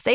Say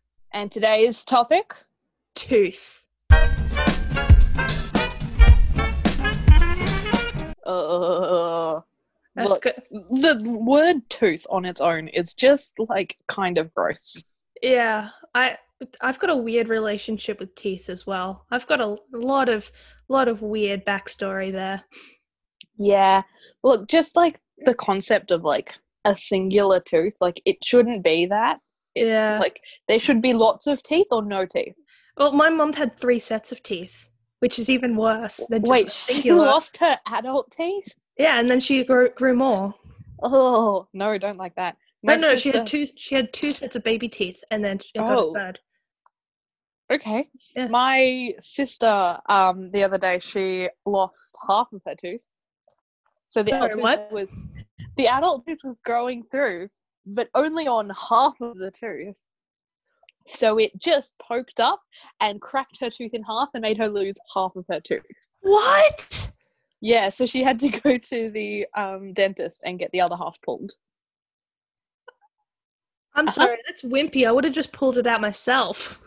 and today's topic Tooth. uh, That's look, good. the word tooth on its own is just like kind of gross. Yeah, I I've got a weird relationship with teeth as well. I've got a lot of lot of weird backstory there. Yeah. Look, just like the concept of like a singular tooth, like it shouldn't be that. It- Yeah. Like there should be lots of teeth or no teeth. Well, my mum had three sets of teeth, which is even worse than just Wait, a she singular. lost her adult teeth? Yeah, and then she grew, grew more. Oh, no, don't like that. My No, no, she sister- had two. She had two sets of baby teeth, and then she got Oh. a third. Okay. Yeah. My sister, um, the other day, she lost half of her tooth. So the Sorry, adult what? tooth was the adult tooth was growing through, but only on half of the tooth. So it just poked up and cracked her tooth in half and made her lose half of her tooth. What? Yeah, so she had to go to the um, dentist and get the other half pulled. I'm Uh-huh. sorry, that's wimpy. I would have just pulled it out myself.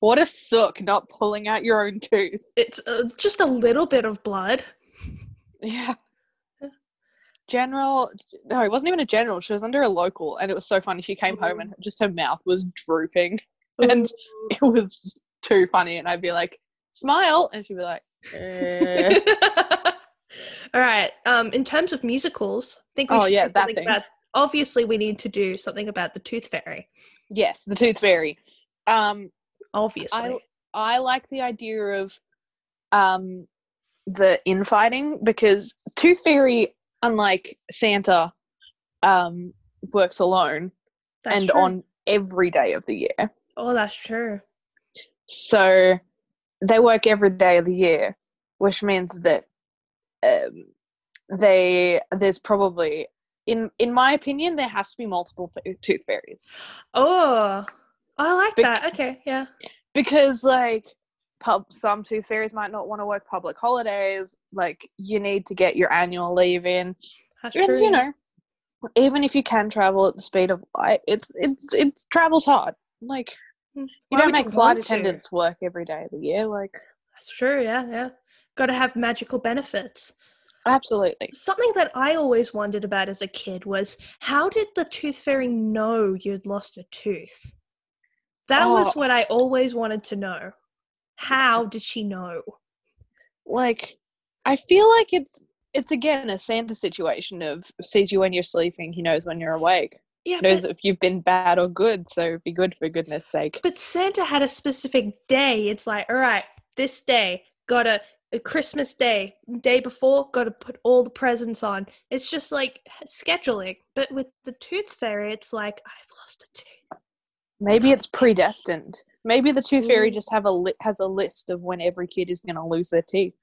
what a sook not pulling out your own tooth. It's uh, just a little bit of blood. Yeah. General, no, it wasn't even a general. She was under a local, and it was so funny. She came Mm-hmm. home and just her mouth was drooping, and it was too funny. And I'd be like, "Smile," and she'd be like, eh. All right. Um, in terms of musicals, I think we Oh, should yeah, do that something thing. about. Obviously, we need to do something about the Tooth Fairy. "Yes, the Tooth Fairy." Um, Obviously, I I like the idea of um the infighting because Tooth Fairy, unlike Santa, um, works alone that's and true. on every day of the year. Oh, that's true. So they work every day of the year, which means that um, they there's probably in in my opinion there has to be multiple fa- tooth fairies Oh, I like Bec- that. Okay, yeah. because like pub some tooth fairies might not want to work public holidays like you need to get your annual leave in That's and, true. you know even if you can travel at the speed of light it's it's it travels hard like Mm, you why don't would make want flight to? attendants work every day of the year like That's true. Yeah, yeah. Got to have magical benefits. absolutely Something that I always wondered about as a kid was how did the tooth fairy know you'd lost a tooth? That was Oh. what I always wanted to know. How did she know? like I feel like it's it's again a Santa situation of sees you when you're sleeping, he knows when you're awake. Yeah, knows but, if you've been bad or good, so be good for goodness sake. but Santa had a specific day. It's like, all right, this day, gotta a Christmas day, day before, gotta put all the presents on. It's just like scheduling. But with the tooth fairy, it's like I've lost a tooth. Maybe it's predestined. Maybe the tooth fairy Mm. just have a li- has a list of when every kid is going to lose their teeth.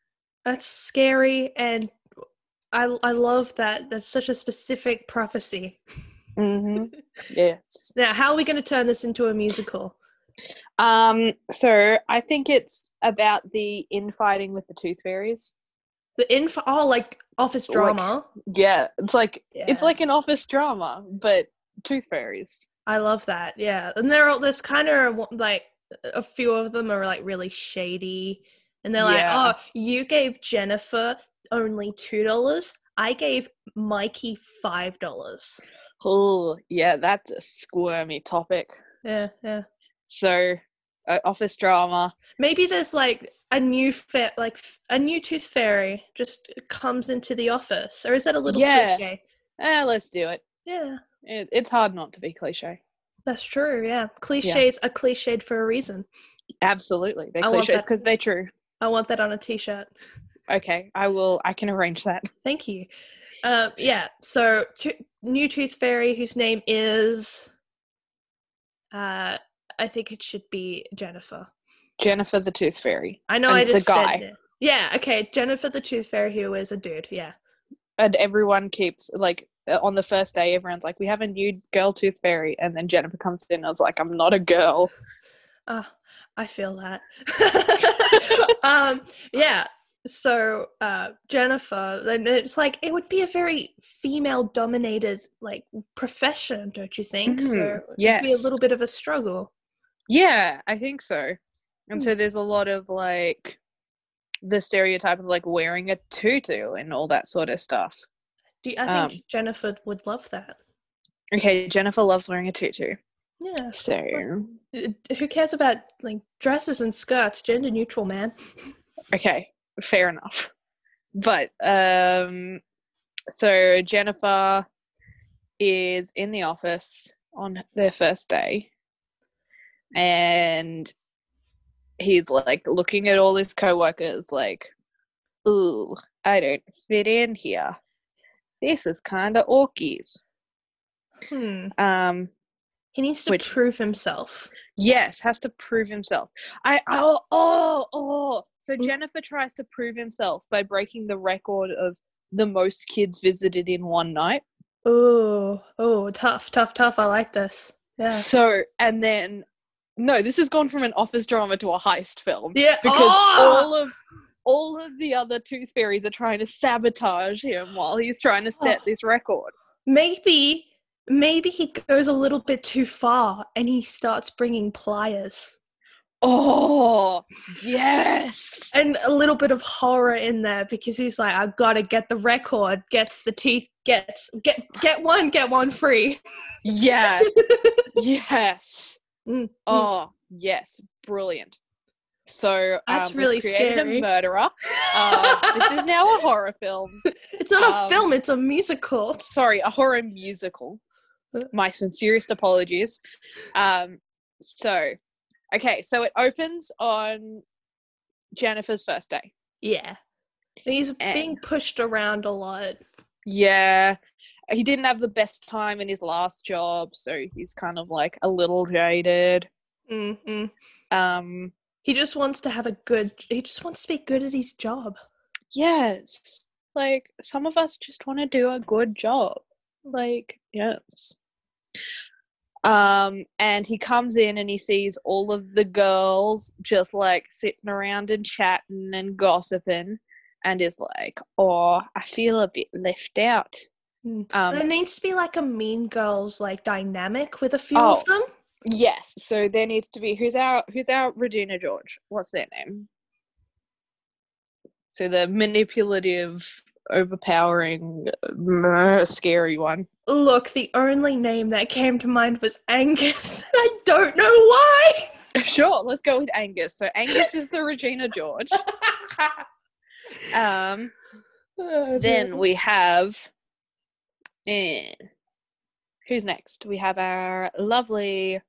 That's scary, and I I love that. That's such a specific prophecy. hmm Mm-hmm. yes. Now, how are we going to turn this into a musical? Um. So I think it's about the infighting with the tooth fairies. The info, oh, like office Like- drama. Yeah, it's like it's like an Yes. office drama, but tooth fairies. I love that. Yeah, and they're all there's kind of like a few of them are like really shady, and they're like, Yeah. "Oh, you gave Jennifer only two dollars. I gave Mikey five dollars." Oh, yeah, that's a squirmy topic. Yeah, yeah. So, uh, office drama. Maybe there's like a new fa- like f- a new tooth fairy just comes into the office, or is that a little Yeah. cliche? Eh, let's do it. Yeah, it. It's hard not to be cliche. that's true. Yeah, cliches are cliched for a reason. Absolutely, they're I want cliches that. because they're true. I want that on a t-shirt. Okay, I will. I can arrange that. Thank you. Um, yeah, so to- new tooth fairy whose name is, uh, I think it should be Jennifer. Jennifer the Tooth Fairy, I know And I it's a just said guy. it. Yeah, okay, Jennifer the tooth fairy who is a dude. Yeah, and everyone keeps like uh, on the first day, everyone's like, "We have a new girl Tooth Fairy," and then Jennifer comes in and is like, "I'm not a girl." Ah, I feel that. um, yeah. So uh, Jennifer, then it's like it would be a very female-dominated like profession, don't you think? Mhm, So it'd be a yes. little bit of a struggle. Yeah, I think so. And Hmm. so there's a lot of like the stereotype of like wearing a tutu and all that sort of stuff. Do you, I think Um, Jennifer would love that? Okay, Jennifer loves wearing a tutu. Yeah. So Uh, Who cares about like dresses and skirts? Gender neutral, man. okay, fair enough. But um so Jennifer is in the office on their first day and he's like looking at all his coworkers like ooh, I don't fit in here. This is kind of orkies. Hmm. Um He needs to Which- prove himself. Yes, has to prove himself. I Ah. oh oh oh. So Mm. Jennifer tries to prove himself by breaking the record of the most kids visited in one night. Oh, oh, tough, tough, tough. I like this. Yeah. So and then no, this has gone from an office drama to a heist film Yeah. because oh! all of all of the other tooth fairies are trying to sabotage him while he's trying to set Oh. this record. maybe maybe he goes a little bit too far and he starts bringing pliers Oh, yes. and a little bit of horror in there because he's like i've got to get the record gets the teeth gets get get one get one free Yeah. yes. Mm, mm. Oh, yes, brilliant. So That's um, we've really created scary. a murderer. Uh, this is now a horror film. it's not a um, film it's a musical Sorry, a horror musical. My sincerest apologies. Um, so, okay, so it opens on Jennifer's first day. yeah And he's Eh. being pushed around a lot Yeah, he didn't have the best time in his last job, so he's kind of like a little jaded. Mm-hmm. Mm-mm. Um, he just wants to have a good he just wants to be good at his job Yes. Like some of us just want to do a good job. Like, yes. Um, and he comes in and he sees all of the girls just like sitting around and chatting and gossiping and is like, Oh, I feel a bit left out. Mm. Um, there needs to be like a mean girls like dynamic with a few Oh. of them Yes, so there needs to be who's our who's our Regina George? What's their name? So the manipulative, overpowering, uh, scary one. Look, the only name that came to mind was Angus. I don't know why. Sure, let's go with Angus. So Angus is the Regina George. Um, Oh, then dear. we have, eh, who's next? We have our lovely,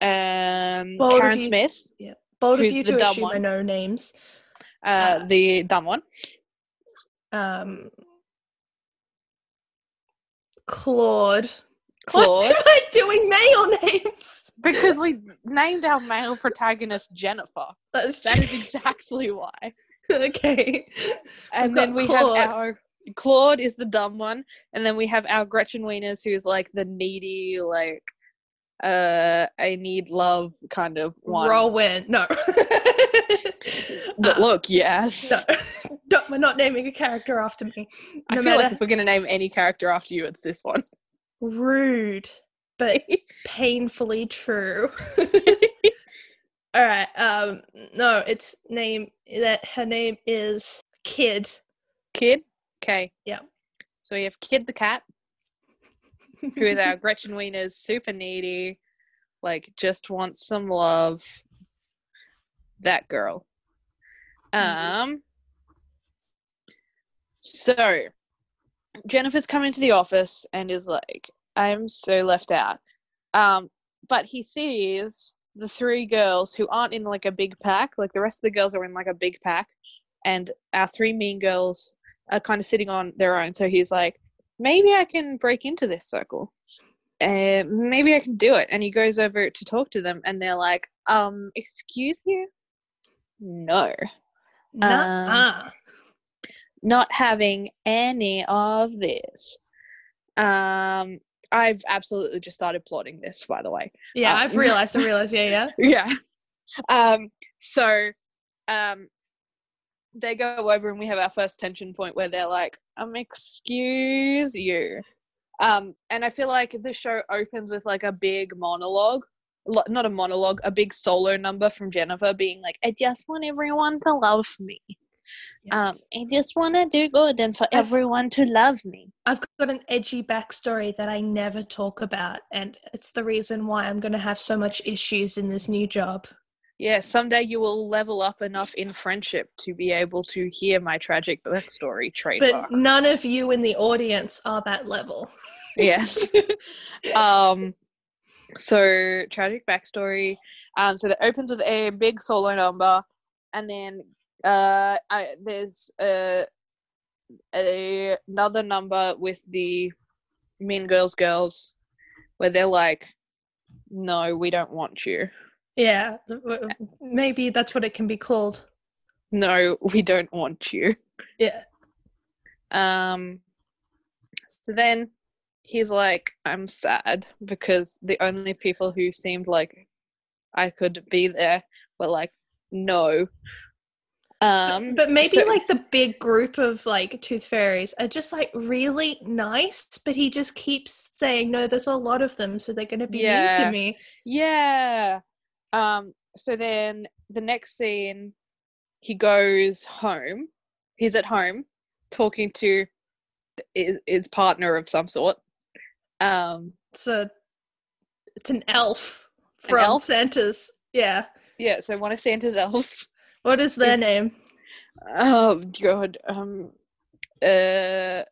um, Bold of Karen you- Smith, bold of who's you the to dumb assume I one? know names. uh, Uh, the dumb one. Um, Claude. Why Claude, am I doing male names? because we named our male protagonist Jennifer. That's That is exactly why. okay. And got then we Claude. have our Claude is the dumb one, and then we have our Gretchen Wieners, who's like the needy, like uh, I need love kind of one. Rowan. No. D- Uh, Look, yes. no. Don't- We're not naming a character after me. I No feel like matter- if we're gonna name any character after you, it's this one. rude, but painfully true. All right. Um no, it's name that her name is Kid. Kid. Okay. Yeah. So we have Kid the cat, who is our Gretchen Wieners, super needy. like just wants some love. That girl. Mhm. Um. So, Jennifer's come into the office and is like, "I'm so left out." Um, but he sees the three girls who aren't in like a big pack. Like the rest of the girls are in like a big pack, and our three mean girls are kind of sitting on their own. So he's like, maybe I can break into this circle. Uh, maybe I can do it. And he goes over to talk to them, and they're like, um, excuse you? No, Nuh-uh. Um, not having any of this. Um, I've absolutely just started plotting this, by the way. yeah, uh, I've realized. I realized. Yeah, yeah. yeah. Um, so um, they go over and we have our first tension point where they're like, um, excuse you. Um, and I feel like the show opens with like a big monologue. lo- Not a monologue, a big solo number from Jennifer being like, I just want everyone to love me. Um, Yes. I just want to do good and for I've- everyone to love me. I've got an edgy backstory that I never talk about, and it's the reason why I'm going to have so much issues in this new job. Yeah, someday you will level up enough in friendship to be able to hear my tragic backstory trademark. But none of you in the audience are that level. yes. um, so tragic backstory. Um, so that opens with a big solo number, and then uh, I, there's a, a another number with the Mean Girls girls, where they're like, "No, we don't want you. Yeah, w- maybe that's what it can be called. No, we don't want you." Yeah. Um, so then he's like, I'm sad because the only people who seemed like I could be there were like, no. Um, but maybe so- like the big group of like tooth fairies are just like really nice, but he just keeps saying, no, there's a lot of them, so they're going to be mean Yeah. to me. yeah. Um, so then the next scene, he goes home. He's at home talking to his, his partner of some sort. Um, It's a, it's an elf An from elf? Santa's. Yeah. yeah, so one of Santa's elves. What is their Is- name? Oh god. Um. Uh.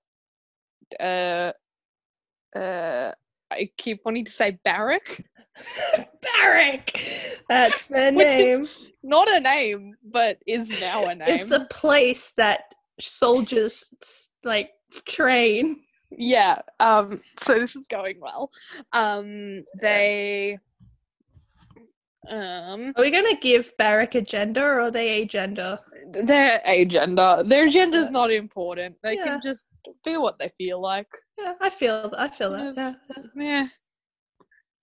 Uh. Uh. I keep wanting to say Barrack. Barrack. That's their Which is name. Not a name, but is now a name. It's a place that soldiers s- like train. yeah. Um. So this is going well. Um. They. Um. Are we gonna give Barrack a gender or are they agender? Their agenda. Their agenda's So- not important. They Yeah. can just do what they feel like. Yeah, I feel I feel that. Yes. yeah. Yeah.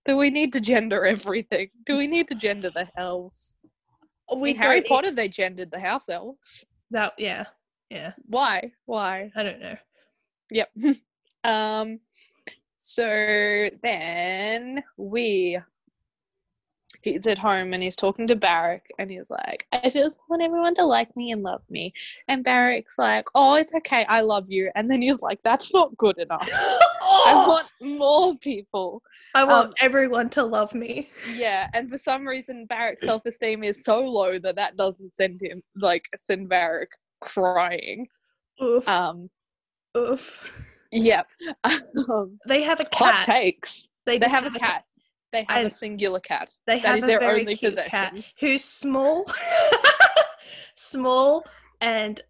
Do we need to gender everything? Do we need to gender the elves? We in Harry don't e- Potter, they gendered the house elves. that yeah. Yeah. Why? Why? I don't know. Yep. um. So then we. He's at home and he's talking to Barrack and he's like, I just want everyone to like me and love me. And Barrack's like, Oh, it's okay, I love you. And then he's like, That's not good enough. I Oh, want more people. I want um, everyone to love me. Yeah, and for some reason, Barrack's self esteem is so low that that doesn't send him, like, send Barrack crying. Oof. Um, oof. Yep. Um, They have a hot cat. takes. They, just have, a cat. They have I- a singular cat. They That have is a their very only cute possession. cat who's small, small and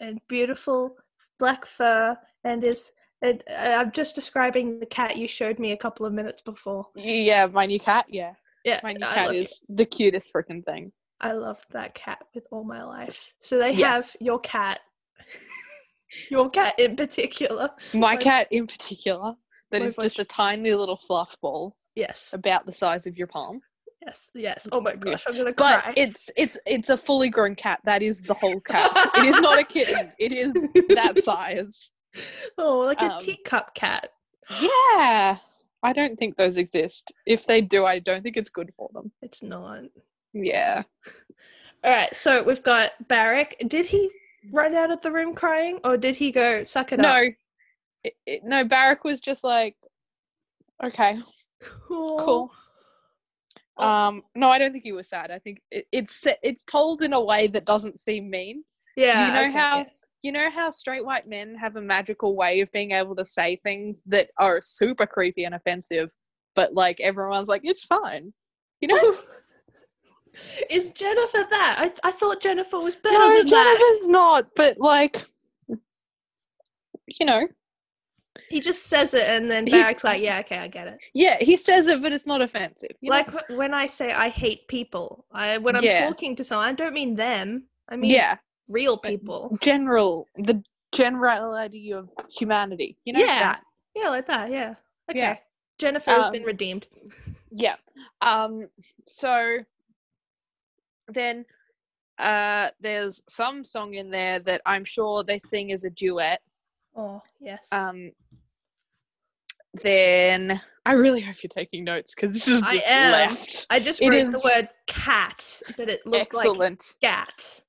and beautiful, black fur, and is. And uh, I'm just describing the cat you showed me a couple of minutes before. Yeah, my new cat. Yeah, Yeah, my new I cat love you. is the cutest freaking thing. I love that cat with all my life. So they Yeah. have your cat, your cat in particular. My My- cat in particular, that my is just boyfriend- a tiny little fluff ball Yes, about the size of your palm. yes, yes. Oh my gosh, I'm gonna But cry. it's it's it's a fully grown cat. That is the whole cat. it is not a kitten. It is that size. oh, like a um, teacup cat. Yeah. I don't think those exist. If they do, I don't think it's good for them. It's not. Yeah. All right, so we've got Barrack. Did he run out of the room crying, or did he go suck it up? No, it, it, no. Barrack was just like, okay, No, cool. Oh. Um, no, I don't think he was sad. I think it, it's it's told in a way that doesn't seem mean. Yeah. You know okay, how- yeah. You know how straight white men have a magical way of being able to say things that are super creepy and offensive, but like everyone's like, it's fine. You know, Is Jennifer that? I, th- I thought Jennifer was better no, than that. Jonathan's not. But like, you know, He just says it and then He- Barrack's like, yeah, okay, I get it. yeah, he says it, but it's not offensive. you know? Like wh- when I say I hate people, I when I'm Yeah. talking to someone, I don't mean them. I mean yeah, real but- people. general the generality of humanity. You know Yeah. that. Yeah, like that. Yeah. Okay. Yeah. Jennifer has been Um, redeemed. Yeah. Um so then uh there's some song in there that I'm sure they sing as a duet. Oh yes. Um then I really hope you're taking notes because this is I just am. left. I just it wrote the is- word cat, but it looked like Excellent. cat.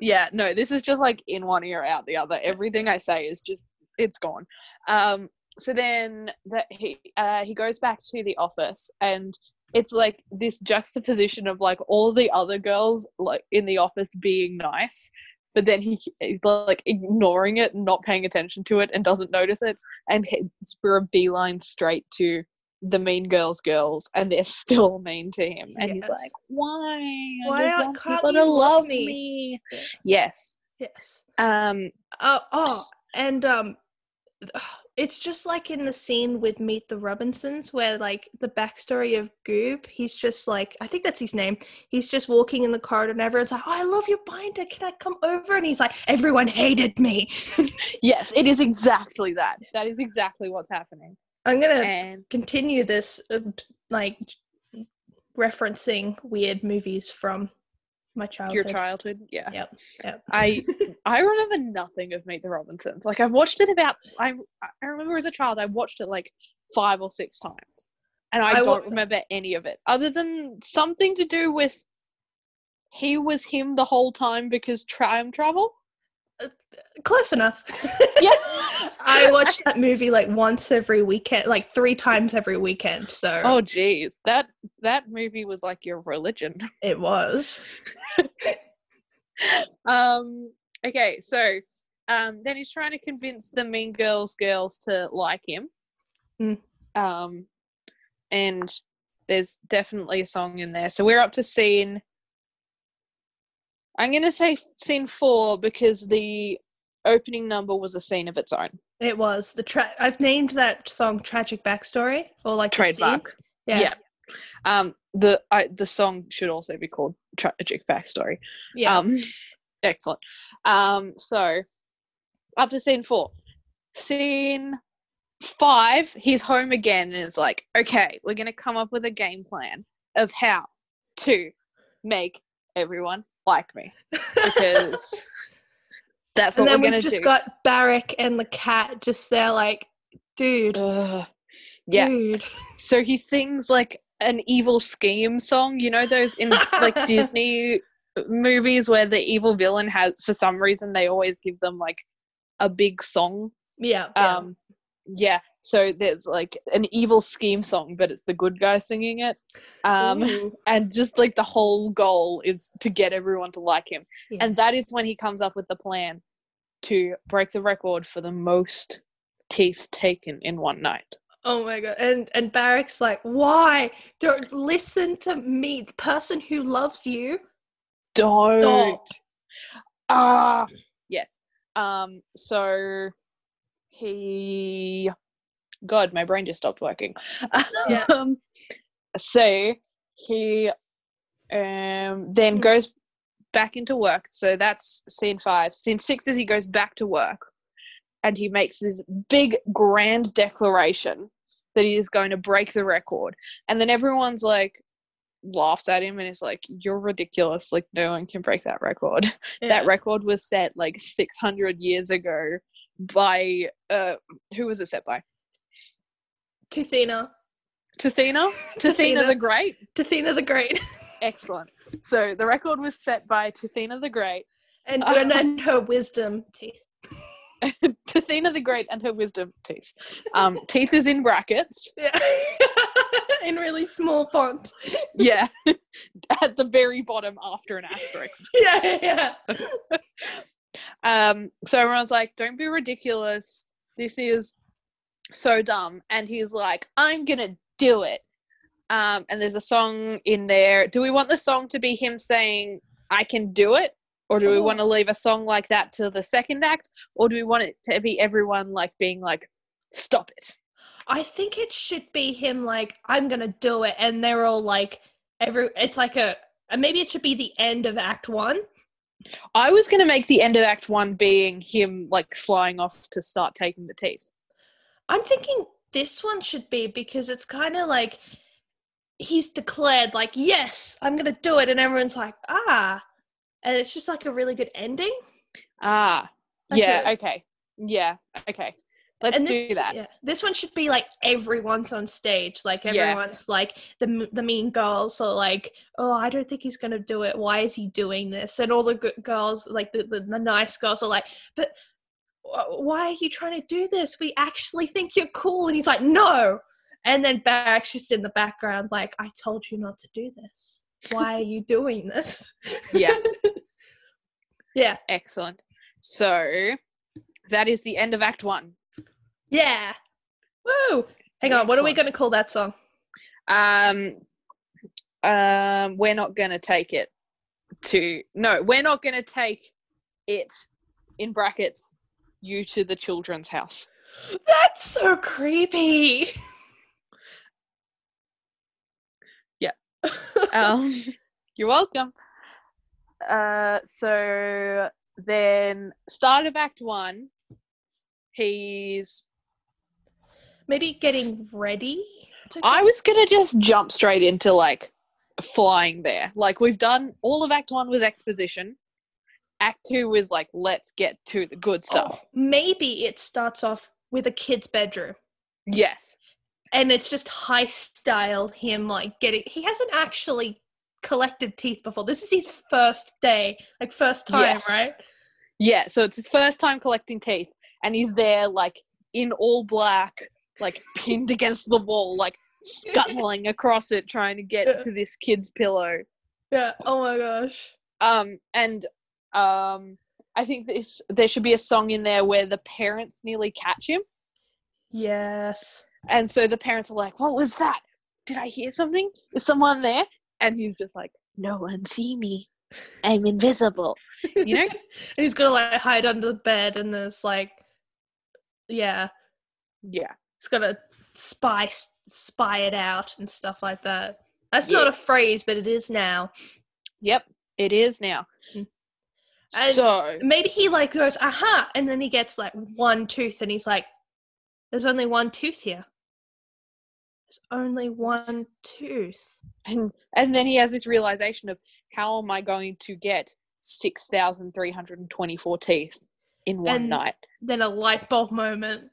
yeah, no, this is just like in one ear out the other. Everything I say is just it's gone. Um so then that he uh he goes back to the office and it's like this juxtaposition of like all the other girls like in the office being nice but then he is like ignoring it and not paying attention to it and doesn't notice it and heads for a beeline straight to the mean girls girls and they're still mean to him and he's Yes. like why I Why just aren't- want can't people you to love love me?" me Yeah. yes Yes. um Oh, oh, and um, it's just like in the scene with Meet the Robinsons, where like the backstory of Goob, he's just like, I think that's his name. He's just walking in the corridor, and everyone's like, "Oh, I love your binder. Can I come over?" And he's like, "Everyone hated me." yes it is exactly that that is exactly what's happening I'm gonna and continue this, uh, t- like referencing weird movies from my childhood. your childhood yeah Yep. Yep. i I remember nothing of Meet the Robinsons. Like I've watched it about I I remember as a child I watched it like five or six times. And I, I don't wa- remember any of it. Other than something to do with he was him the whole time because time travel. Close enough. Yeah. I watched that movie like once every weekend, like three times every weekend. So Oh jeez. That that movie was like your religion. it was. um okay, so um then he's trying to convince the mean girls girls to like him. Mm. Um and there's definitely a song in there. So we're up to scene I'm gonna say scene four because the opening number was a scene of its own. It was the tra- I've named that song "Tragic Backstory" or like the scene. Trademark. Yeah, yeah. Yeah. Um the I, the song should also be called Tragic Backstory. Um, excellent. Um, so up to scene four. Scene five, he's home again and it's like, okay, we're gonna come up with a game plan of how to make everyone like me. Because that's and what then we're we've gonna just do. got Barrack and the cat just there, like, dude, Ugh. Uh, Yeah. dude. So he sings like an evil scheme song, you know those in like Disney movies where the evil villain has for some reason they always give them like a big song. Yeah, yeah. Um yeah, so there's like an evil scheme song but it's the good guy singing it. Um Ooh, and just like the whole goal is to get everyone to like him. yeah. And that is when he comes up with the plan to break the record for the most teeth taken in one night. Oh my god! And and Barrack's like, why? Don't listen to me, the person who loves you. Don't. Ah. Yes. Um. So he. God, my brain just stopped working. Yeah. Um, so he um then Mm. goes back into work. So that's scene five. Scene six is he goes back to work, and he makes this big grand declaration that he is going to break the record. And then everyone's like laughs at him and is like, "You're ridiculous! Like no one can break that record." that Yeah. record was set like 600 years ago by uh who was it set by Tithena. Tithena Tithena the Great Tithena the Great. excellent so the record was set by Tithena the Great And, Oh. and and her wisdom teeth. Tithena the Great and her wisdom teeth um teeth is in brackets Yeah. in really small font. yeah. At the very bottom after an asterisk. yeah, yeah. Um, so everyone's like, don't be ridiculous. This is so dumb. And he's like, I'm going to do it. Um, and there's a song in there. Do we want the song to be him saying, I can do it? Or do we Ooh. want to leave a song like that till the second act? Or do we want it to be everyone like being like, stop it? I think it should be him like, I'm gonna do it, and they're all like every it's like a and maybe it should be the end of act one. I was going to make the end of Act One being him like flying off to start taking the teeth. I'm thinking this one should be because it's kinda like he's declared like, yes, I'm gonna do it, and everyone's like, ah. And it's just like a really good ending. Ah, Okay. yeah, okay. Yeah, okay. Let's and do this, that. yeah. this one should be like everyone's on stage. Like Yeah. everyone's like the m- the mean girls are like, oh, I don't think he's gonna do it. Why is he doing this? And all the good girls, like the, the the nice girls, are like, but wh- why are you trying to do this? We actually think you're cool. And he's like, no. And then Barrack's just in the background, like, I told you not to do this. Why are you doing this? Yeah. yeah, Excellent. So that is the end of Act One. yeah. Woo! Hang on, what are we Excellent. gonna call that song? Um, um, we're not going to take it to. No, we're not going to take it in brackets. You to the children's house. That's so creepy. Yeah. Um, you're welcome. Uh, so then, start of Act One. He's. Maybe getting ready. to I go- was gonna just jump straight into like flying there. Like we've done all of Act One was exposition. Act Two was like let's get to the good stuff. Maybe it starts off with a kid's bedroom Yes. and it's just high style him like getting he hasn't actually collected teeth before. This is his first day, like first time, Yes. right? Yeah. So it's his first time collecting teeth, and he's there like in all black, like pinned against the wall, like scuttling across it, trying to Yeah. get to this kid's pillow. Yeah. Oh my gosh. um and um i think this there should be a song in there where the parents nearly catch him Yes. and so the parents are like what was that did i hear something is someone there and he's just like no one see me i'm invisible You know- and he's gonna like hide under the bed and there's like yeah. yeah It's got to spy spy it out and stuff like that. That's not a Yes. phrase, but it is now. yep it is now Mm. And- so Maybe he like goes aha, and then he gets like one tooth, and he's like, "There's only one tooth here. There's only one tooth." and, and then he has this realization of how am i going to get 6324 teeth in one And- night Then a light bulb moment,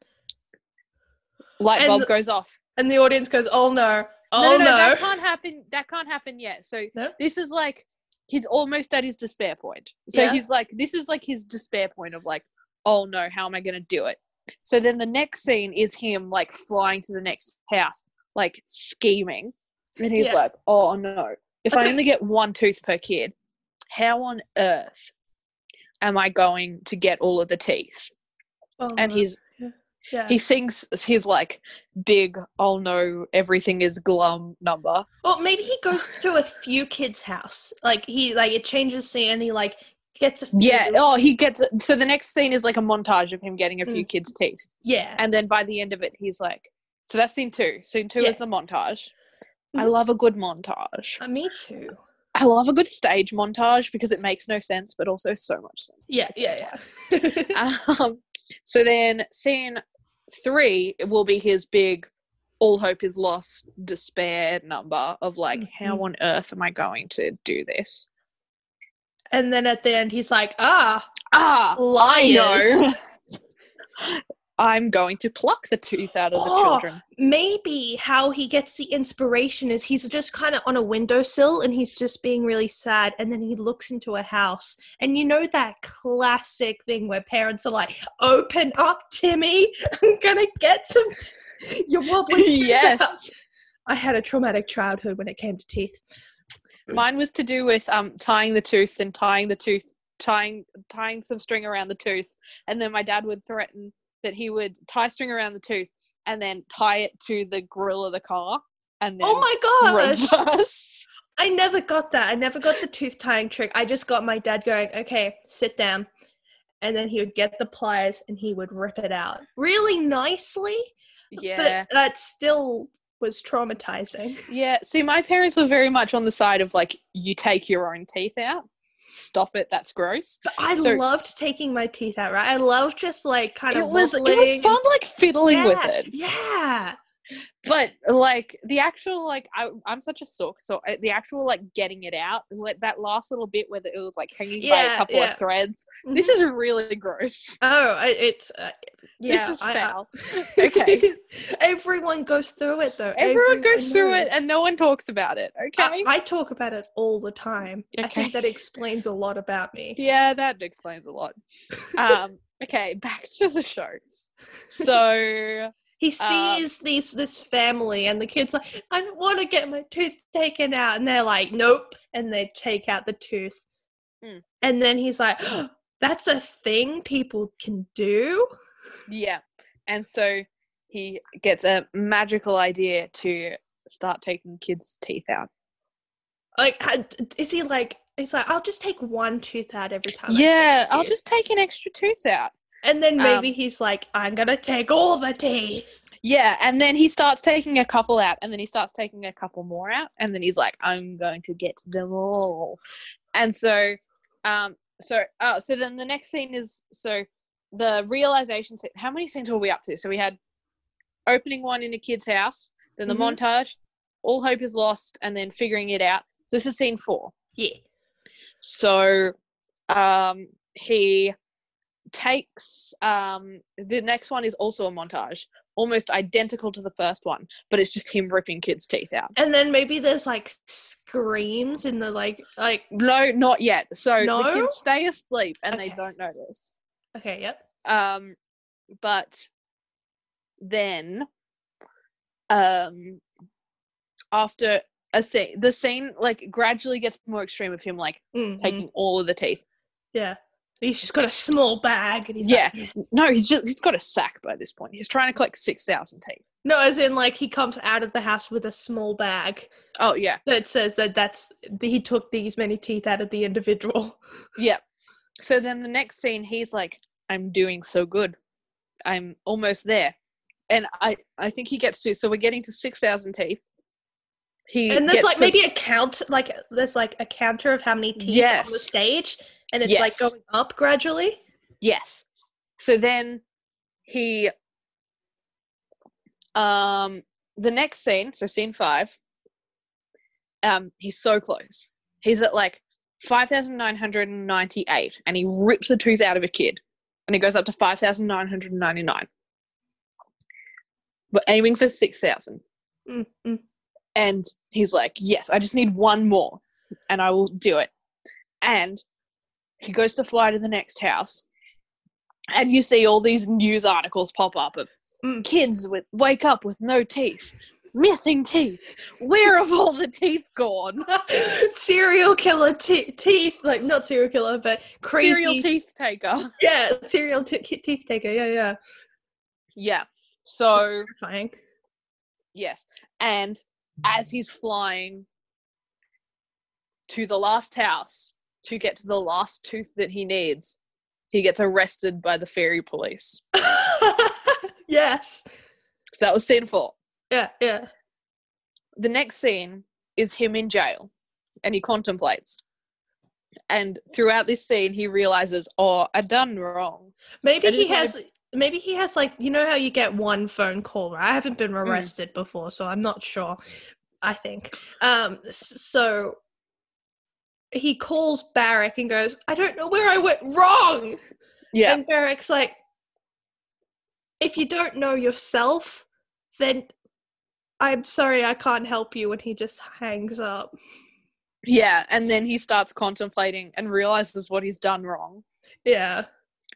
light and- bulb goes off and the audience goes, "Oh no! Oh no!" that can't happen. That can't happen yet. So No? this is like he's almost at his despair point. So Yeah. he's like, this is like his despair point of like, oh no, how am I gonna do it? So then the next scene is him like flying to the next house, like scheming, and he's Yeah. like, oh no, if I Okay. only get one tooth per kid, how on earth am I going to get all of the teeth? Oh, And no. he's yeah. he sings his like big oh no everything is glum number. Well, maybe he goes to a few kids' house. Like he like it changes scene, and he like gets a few Yeah. Oh, he gets. So the next scene is like a montage of him getting a Mm. few kids' teeth, yeah. and then by the end of it, he's like, "So that's scene two. Scene two is the montage. I Mhm. love a good montage. Uh, me too. I love a good stage montage because it makes no sense, but also so much sense. Yeah, at the same yeah, yeah. time. Um, so then scene three will be his big, all hope is lost, despair number of like, how Mhm. on earth am I going to do this? and then at the end, he's like, ah, Ah, liars. No. I'm going to pluck the tooth out of the Oh. children. Maybe how he gets the inspiration is he's just kind of on a windowsill and he's just being really sad. And then he looks into a house. And you know that classic thing where parents are like, open up, Timmy. I'm going to get some. T- your worldly tooth out." yes. I had a traumatic childhood when it came to teeth. Mine was to do with um tying the tooth and tying the tooth, tying tying some string around the tooth, and then my dad would threaten that he would tie string around the tooth and then tie it to the grill of the car and then Oh my gosh! reverse. I never got that. I never got the tooth tying trick. I just got my dad going, okay, sit down. And then he would get the pliers and he would rip it out really nicely. Yeah. But that still was traumatizing. Yeah. See, my parents were very much on the side of like, you take your own teeth out. Stop it. That's gross. But I So- loved taking my teeth out, right? I loved just like kind It of. was it was wobbling fun like fiddling and- with Yeah, it. Yeah. But like the actual like I I'm such a sook, so uh, the actual like getting it out, like that last little bit where it was like hanging by Yeah, a couple yeah. of threads. This is really gross. Mm-hmm. Oh, I- it's. Uh, yeah. this is I- I- foul. Okay. Everyone goes through it though. Everyone goes through knows. it and no one talks about it. Okay. I, I talk about it all the time. I Okay. think that explains a lot about me. Yeah, that explains a lot. Um, okay, back to the show. So He Uh, sees these this family and the kids like, I don't want to get my tooth taken out, and they're like, nope, and they take out the tooth, Mm. and then he's like, "Oh, that's a thing people can do. yeah, and so he gets a magical idea to start taking kids' teeth out. Like, ha- is he like? He's like, I'll just take one tooth out every time. I take yeah, a I'll tooth." just take an extra tooth out. And then um, maybe he's like, I'm gonna take all the teeth. Yeah, and then he starts taking a couple out, and then he starts taking a couple more out, and then he's like, "I'm going to get them all," and so, um, so, oh, so then the next scene is so the realization. Scene, how many scenes were we up to? So we had opening one in a kid's house, then the Mhm. montage, all hope is lost, and then figuring it out. So this is scene four. Yeah. So um, he takes um, the next one is also a montage, almost identical to the first one, but it's just him ripping kids' teeth out. And then maybe there's like screams in the like like No, not yet. So the No? kids stay asleep and they Okay. don't notice. okay, yep. Um, but then, um, after a scene, the scene like gradually gets more extreme of him like Mhm. taking all of the teeth. Yeah. He's just got a small bag and he's Yeah. like, No, he's just he's got a sack by this point. He's trying to collect six thousand teeth. no, as in like he comes out of the house with a small bag Oh yeah, that says that that's he took these many teeth out of the individual. yeah. So then the next scene, he's like, "I'm doing so good, I'm almost there," and I I think he gets to. So we're getting to six thousand teeth. He and gets there's like to- maybe a count, like there's like a counter of how many teeth on the Yes. stage, and it's Yes. like going up gradually. yes. So then he um the next scene, so scene five. Um, he's so close. He's at like five thousand nine hundred and ninety-eight, and he rips the tooth out of a kid, and it goes up to five thousand nine hundred ninety-nine. We're aiming for six thousand, mm mm. and he's like, "Yes, I just need one more, and I will do it." And he goes to fly to the next house, and you see all these news articles pop up of Mm. kids with wake up with no teeth, missing teeth. Where have all the teeth gone? serial killer te- teeth, like not serial killer, but crazy. Serial teeth taker. Yeah, serial t- teeth taker. Yeah, yeah. Yeah. It's So terrifying. yes, and as he's flying to the last house to get to the last tooth that he needs, he gets arrested by the fairy police. yes. So that was scene four. Yeah, yeah. The next scene is him in jail and he contemplates. And throughout this scene, he realizes, oh, I done wrong. Maybe I he just wanna- has. Maybe he has like you know how you get one phone call. Right? I haven't Hmm. been arrested before, so I'm not sure. I think um. s- So he calls Barrack and goes, "I don't know where I went wrong." Yeah. And Barrack's like, "If you don't know yourself, then." I'm sorry, I can't help you. And he just hangs up. yeah. And then he starts contemplating and realizes what he's done wrong Yeah.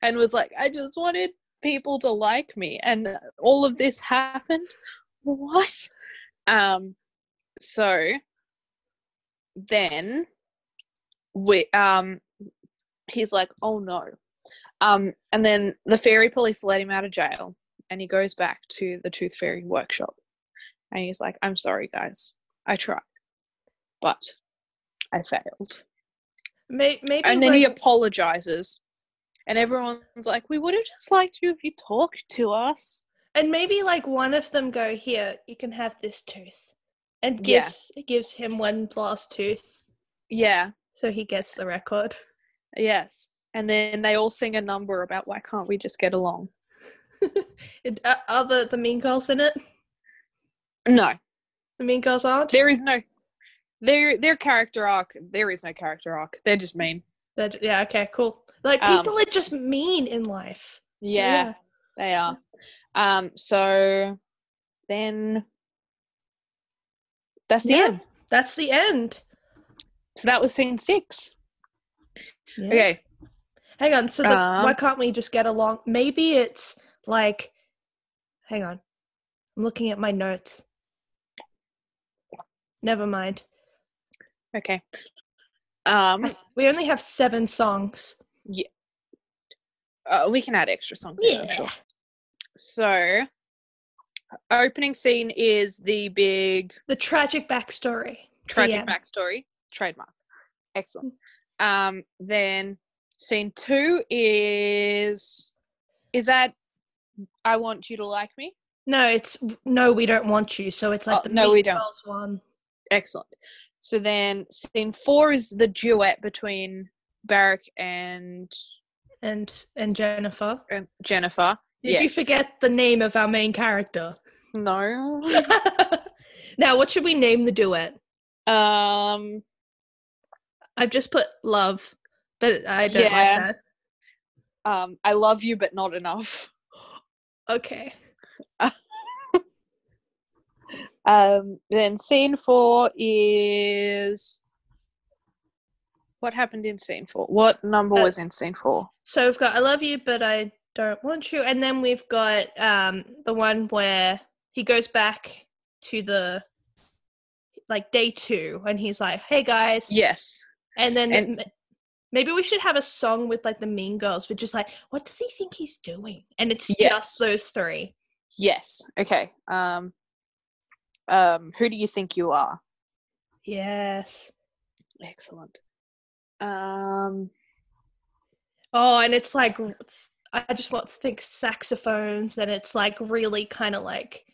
and was like, I just wanted people to like me. And all of this happened. What? Um, so then we um he's like, oh no. Um, and then the fairy police let him out of jail and he goes back to the tooth fairy workshop and he's like, I'm sorry guys, I tried. But I failed. May- maybe And then he like- apologizes. And everyone's like, We would have just liked you if you talked to us. and maybe like one of them go here. You can have this tooth, and Yeah. gives gives him one last tooth, Yeah, so he gets the record. yes. And then they all sing a number about why can't we just get along? And, uh, are the the mean girls in it? No. The mean girls aren't. There is no their their character arc. There is no character arc. They're just mean. They're, yeah. Okay. Cool. Like Um, people are just mean in life. So, they are. Um, so then that's the Yeah. end. That's the end. So that was scene six. Yeah. Okay. Hang on. So the, Um, why can't we just get along? Maybe it's like, hang on. I'm looking at my notes. Never mind. Okay. Um, We only have seven songs. uh, we can add extra songs. in, I'm sure. So, opening scene is the big The tragic backstory. tragic PM. backstory trademark excellent um then scene two is is that i want you to like me No, it's no, we don't want you. So it's like Oh, the no, Mean we don't. Girls one. excellent so then scene four is the duet between Barrack and, And and Jennifer. and jennifer Did you Yes. forget the name of our main character? no now, what should we name the duet? um I've just put love, but I don't Yeah. like that. um i love you but not enough Okay. um then scene four is what happened in scene four what number Uh, was in scene four So we've got I love you, but I don't want you. And then we've got um, the one where he goes back to the like day two and he's like, hey guys. Yes. And then and- m- maybe we should have a song with like the mean girls, which is like, what does he think he's doing? And it's Yes. just those three. Yes. Okay. Um um who do you think you are? Yes. Excellent. Um Oh, and it's like it's- I just want to think saxophones, and it's like really kind of like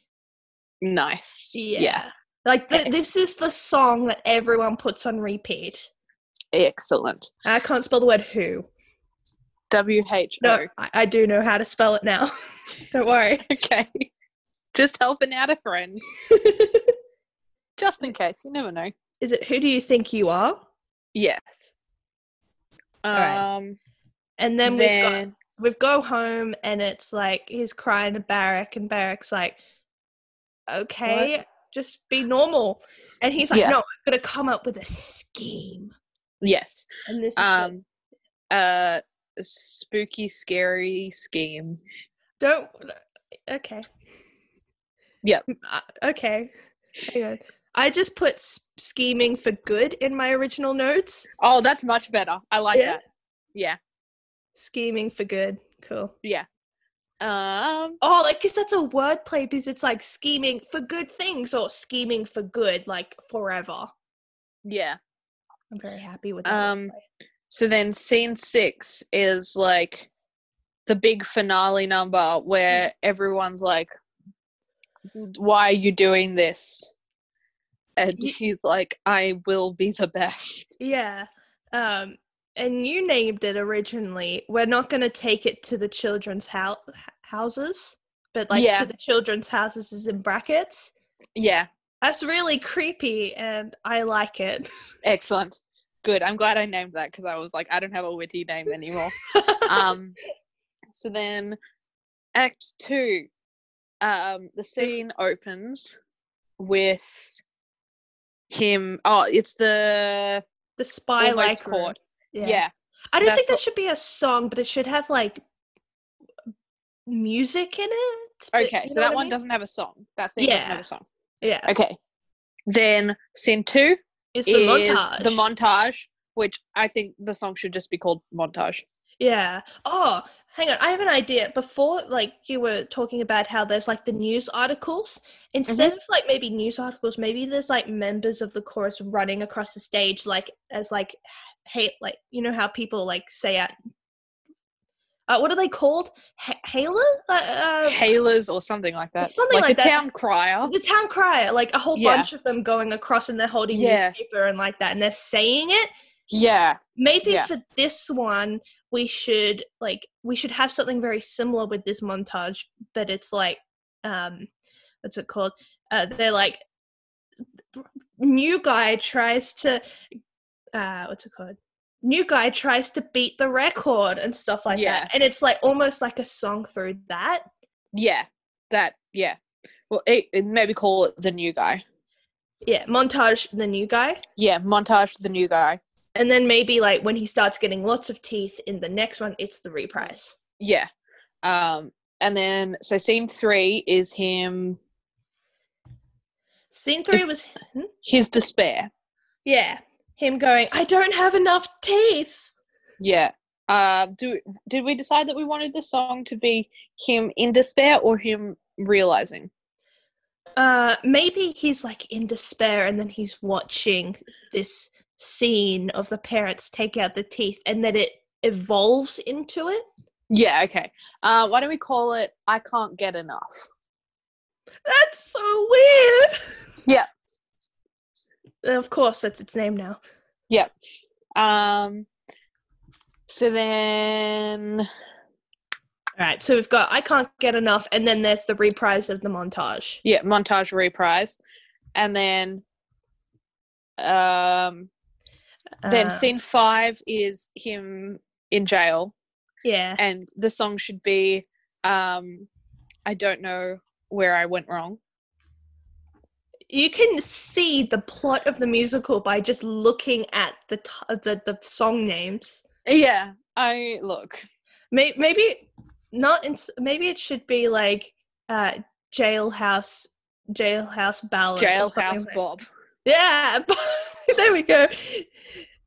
nice. yeah, like th- this is the song that everyone puts on repeat. Excellent. I can't spell the word who. W H O. No, I, I do know how to spell it now. Don't worry. Okay. Just helping out a friend. Just in case. You never know. is it who do you think you are? Yes. Um Alright. And then, we've got then we've go home, and it's like he's crying to Barrack, and Barrack's like, okay. Just be normal, and he's like, Yeah. "No, I'm gonna come up with a scheme." yes. And this is the- Um uh spooky scary scheme. Don't. Okay. Yep. Uh, Okay. Hang on. I just put s- scheming for good in my original notes. Oh, that's much better. I like Yeah. that. Yeah. Scheming for good. Cool. Um Oh, like, because that's a wordplay because it's like scheming for good things or scheming for good, like forever. yeah. I'm very happy with that. Um, wordplay. So then scene six is like the big finale number Hmm. where everyone's like, Why are you doing this? And Ye- he's like, I will be the best. Yeah. Um, and you named it originally. We're not going to take it to the children's hou- houses, but like Yeah. to the children's houses is in brackets. Yeah, That's really creepy, and I like it. excellent. Good. I'm glad I named that because I was like, I don't have a witty name anymore. um so then act two um the scene opens with him oh it's the the spy Almost like room. caught. yeah. So I don't that's think the- that should be a song, but it should have like music in it. but Okay, you so that know what I one mean? doesn't have a song. That scene doesn't have Yeah. a song. Yeah. Okay. Then scene two It's the is montage. the montage, which I think the song should just be called montage. Yeah. Oh, hang on. I have an idea. Before, like, you were talking about how there's like the news articles. Mm-hmm. Instead of like maybe news articles, maybe there's like members of the chorus running across the stage, like as like hate, like you know how people like say at. Uh, what are they called? Ha- Hailer? Uh, uh, Hailers or something like that. Something like the that. town crier. the town crier, like a whole Yeah. bunch of them going across and they're holding Yeah. newspaper and like that, and they're saying it. Yeah. maybe Yeah. for this one we should like we should have something very similar with this montage but it's like um what's it called uh they're like new guy tries to uh what's it called new guy tries to beat the record and stuff like Yeah. that and it's like almost like a song through that Yeah. That. Yeah. Well, it, it maybe call it the new guy. yeah montage the new guy Yeah. Montage the new guy. and then maybe like when he starts getting lots of teeth in the next one it's the reprise Yeah. Um. And then so scene three is him scene three It's- was hmm? his despair. Yeah. Him going, I don't have enough teeth. Yeah. Uh, do did we decide that we wanted the song to be him in despair or him realizing? Uh maybe he's like in despair and then he's watching this scene of the parents take out the teeth and then it evolves into it. Yeah. Okay. Uh, why don't we call it "I Can't Get Enough"? That's so weird. Yeah. And of course that's its name now. Um. So then, Alright, so we've got I can't get enough and then there's the reprise of the montage. yeah, montage reprise, and then, um, then Uh, scene five is him in jail, Yeah. and the song should be, um, I don't know where I went wrong. you can see the plot of the musical by just looking at the t- the, the song names. Yeah, I look. May- Maybe not. In- maybe it should be like uh, jailhouse jailhouse ballad. or Jailhouse something like- Bob. Yeah, there we go.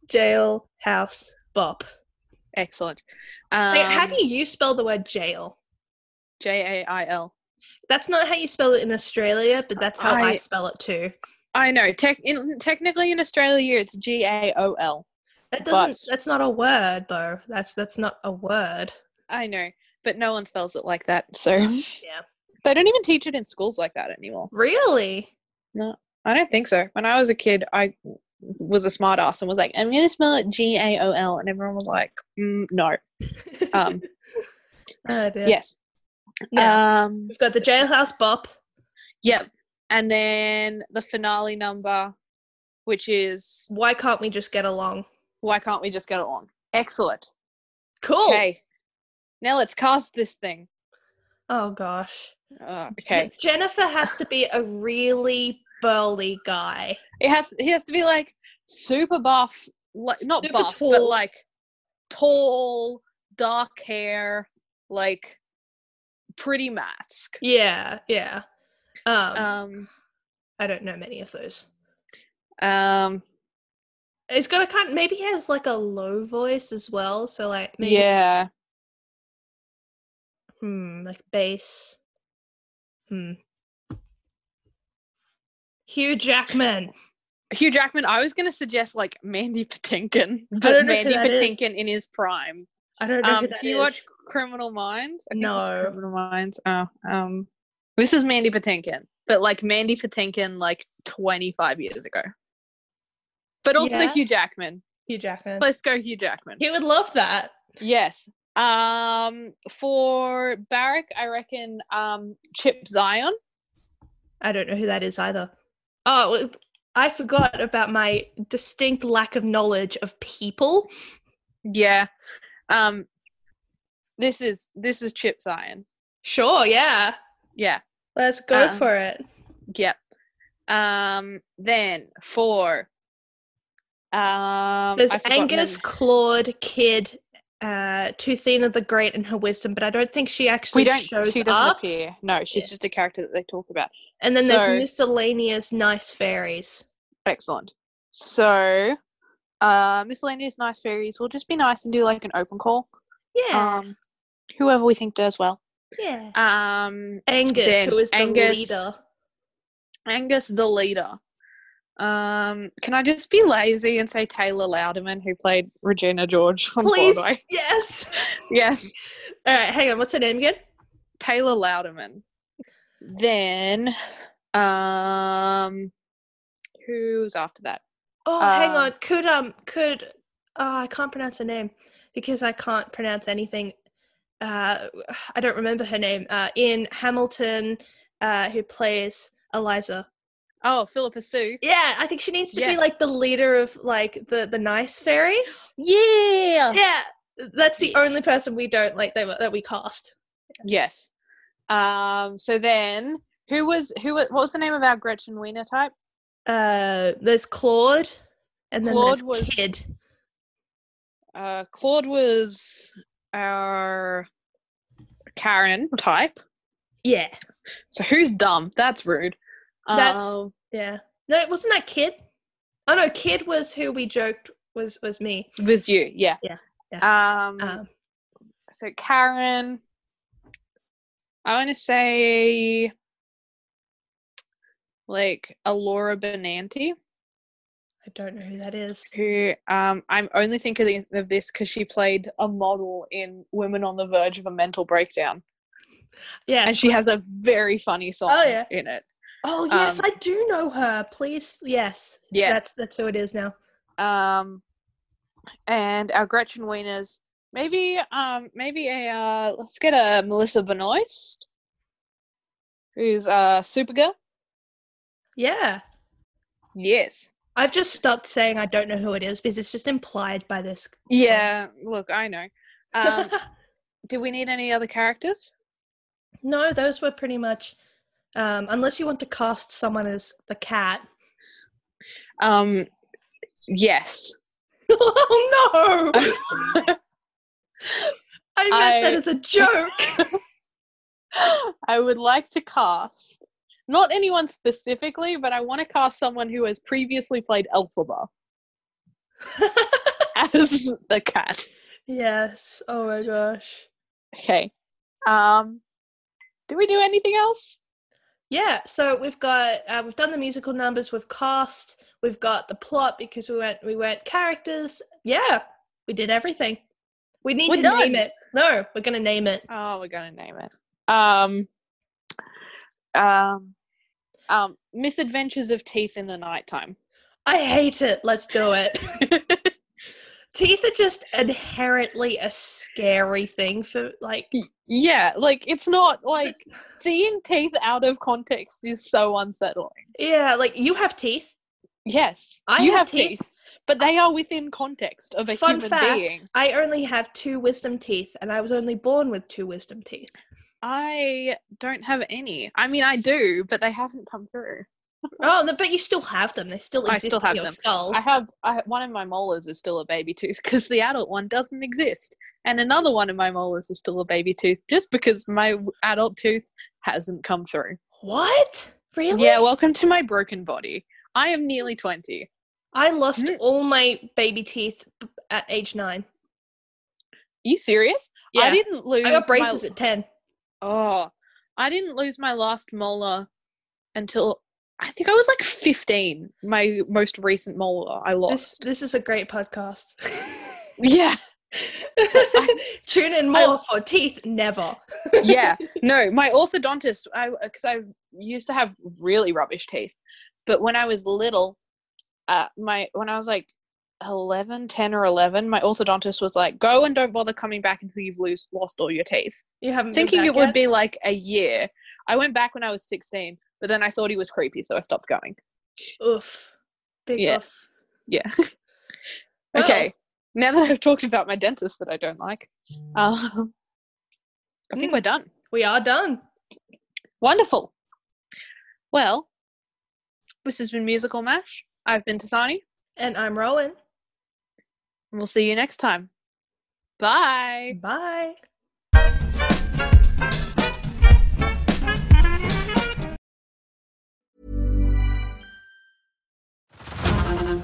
Jailhouse bop. Excellent. Hey, how Um, do you spell the word jail? J A I L. That's not how you spell it in Australia, but that's how I, I- spell it too. I know. Tech in, technically in Australia, it's G A O L. That doesn't. but- That's not a word though. That's that's not a word. I know, but no one spells it like that. So yeah, they don't even teach it in schools like that anymore. Really? I don't think so. When I was a kid, I was a smart ass and was like, "I'm gonna spell it G A O L," and everyone was like, mm, "No." Um, Oh, dear. Yes. Yeah. Um. We've got the jailhouse bop. Yep. And then the finale number, which is Why can't we just get along? why can't we just get along? Excellent. Cool. Okay. Now let's cast this thing. Oh gosh. Uh, Je- okay. Jennifer has to be a really burly guy. It has he has to be like super buff, like not Super buff, but tall. like tall, dark hair, like pretty mask. Yeah, yeah. Um, Um I don't know many of those. um He's got a kind. Maybe he has like a low voice as well. So like maybe yeah. hmm, like bass. Hmm. Hugh Jackman. Hugh Jackman, I was gonna suggest like Mandy Patinkin, don't know but who Mandy that is. Patinkin in his prime. I don't know. who Um, that do you is. watch Criminal Minds? I think it's No. Criminal Minds. Oh, um, this is Mandy Patinkin, but like Mandy Patinkin, like 25 years ago. But also Yeah. Hugh Jackman. Hugh Jackman? Let's go, Hugh Jackman. He would love that. Yes. Um, for Barrack, I reckon um Chip Zion. I don't know who that is either. Oh, well, I forgot about my distinct lack of knowledge of people. Yeah. Um, this is this is Chip Zion. Sure, yeah. Yeah. Let's go Uh-uh. for it. Yep. Um, then Um, for um, There's I've forgotten the Angus, n- Claude, Kid, uh, Tuthena the Great and her wisdom, but I don't think she actually We don't. shows She doesn't up. appear. No, she's Yeah. just a character that they talk about. And then So- there's miscellaneous nice fairies. Excellent. So, uh, miscellaneous nice fairies. We'll just be nice and do like an open call. Yeah. Um, whoever we think does well. yeah. Um, Angus, then who is the Angus- leader. Angus the leader. Um, can I just be lazy and say Taylor Louderman, who played Regina George on Please. Broadway? Yes. Yes, All right, hang on. What's her name again? Taylor Louderman. Then, um, who's after that? Oh, hang Um, on. Could um could oh, I can't pronounce her name because I can't pronounce anything. Uh, I don't remember her name. Uh, in Hamilton, uh, who plays Eliza. Oh, Philippa Sue. Yeah, I think she needs to be Yes. like the leader of like the the nice fairies. Yeah. Yeah, that's the Yes. only person we don't like that that we cast. Yes. Um. So then, who was who? Was, what was the name of our Gretchen Wiener type? Uh, there's Claude, and then Claude there's was- Kid. Uh, Claude was our Karen type. Yeah, So who's dumb? That's rude. That's- Um, yeah. No, wasn't that Kid? Oh no, Kid was who we joked was was me. was you, yeah. Yeah, Um, Um, so Karen, I want to say like a Laura Benanti, I don't know who that is. who um, I'm only thinking of this because she played a model in Women on the Verge of a Mental Breakdown, Yeah. and she has a very funny song Oh, yeah. in it. oh yes, um, I do know her. Please, yes. Yes. That's that's who it is now. um and our gretchen wieners maybe um maybe a uh let's get a melissa benoist who's uh supergirl Yeah. yes I've just stopped saying I don't know who it is because it's just implied by this. yeah look i know um do we need any other characters no, those were pretty much. Um, unless you want to cast someone as the cat. um yes oh no! I meant I- that as a joke. i would like to cast not anyone specifically but i want to cast someone who has previously played elphaba as the cat yes. Oh my gosh. Okay. Um, do we do anything else? Yeah, so we've got uh, we've done the musical numbers, we've cast, we've got the plot because we went we went characters. Yeah, we did everything. We need We're to done. name it. No, we're gonna name it. Oh, we're gonna name it. Um, um, um, Misadventures of Teeth in the Nighttime. I hate it. Let's do it. Teeth are just inherently a scary thing for like. yeah, like it's not like seeing teeth out of context is so unsettling. Yeah, like you have teeth. Yes, I you have have teeth. teeth. but they are within context of a Fun human fact: being. I only have two wisdom teeth, and I was only born with two wisdom teeth. I don't have any. I mean, I do, but they haven't come through. Oh, no, but you still have them. They still I exist still in have your them. skull. I have I, one of my molars is still a baby tooth because the adult one doesn't exist, and another one of my molars is still a baby tooth just because my w- adult tooth hasn't come through. What? Really? Yeah, welcome to my broken body. I am nearly twenty. I lost Mm. all my baby teeth b- at age nine. you serious? I didn't lose. I got my- braces at ten. oh, I didn't lose my last molar until I think I was like fifteen. My most recent molar I This, lost. this is a great podcast. yeah, Tune in I- more for teeth never. yeah. no, my orthodontist, I because I used to have really rubbish teeth, but when I was little, uh, my when I was like 11, 10 or eleven, my orthodontist was like, "Go and don't bother coming back until you've lose, lost all your teeth." you haven't been Thinking back it would yet? be like a year, I went back when I was sixteen, but then I thought he was creepy, so I stopped going. oof, big Yeah. oof. Yeah. Well, okay, now that I've talked about my dentist that I don't like, um, I think Mm. we're done. we are done. Wonderful. Well, this has been Musical Mash. I've been Tasani, And I'm Rowan. and we'll see you next time. Bye. Bye.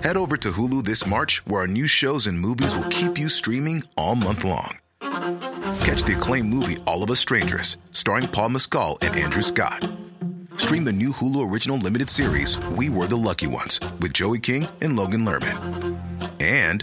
Head over to Hulu this March, where our new shows and movies will keep you streaming all month long. Catch the acclaimed movie All of Us Strangers, starring Paul Mescal and Andrew Scott. Stream the new Hulu original limited series We Were the Lucky Ones with Joey King and Logan Lerman. And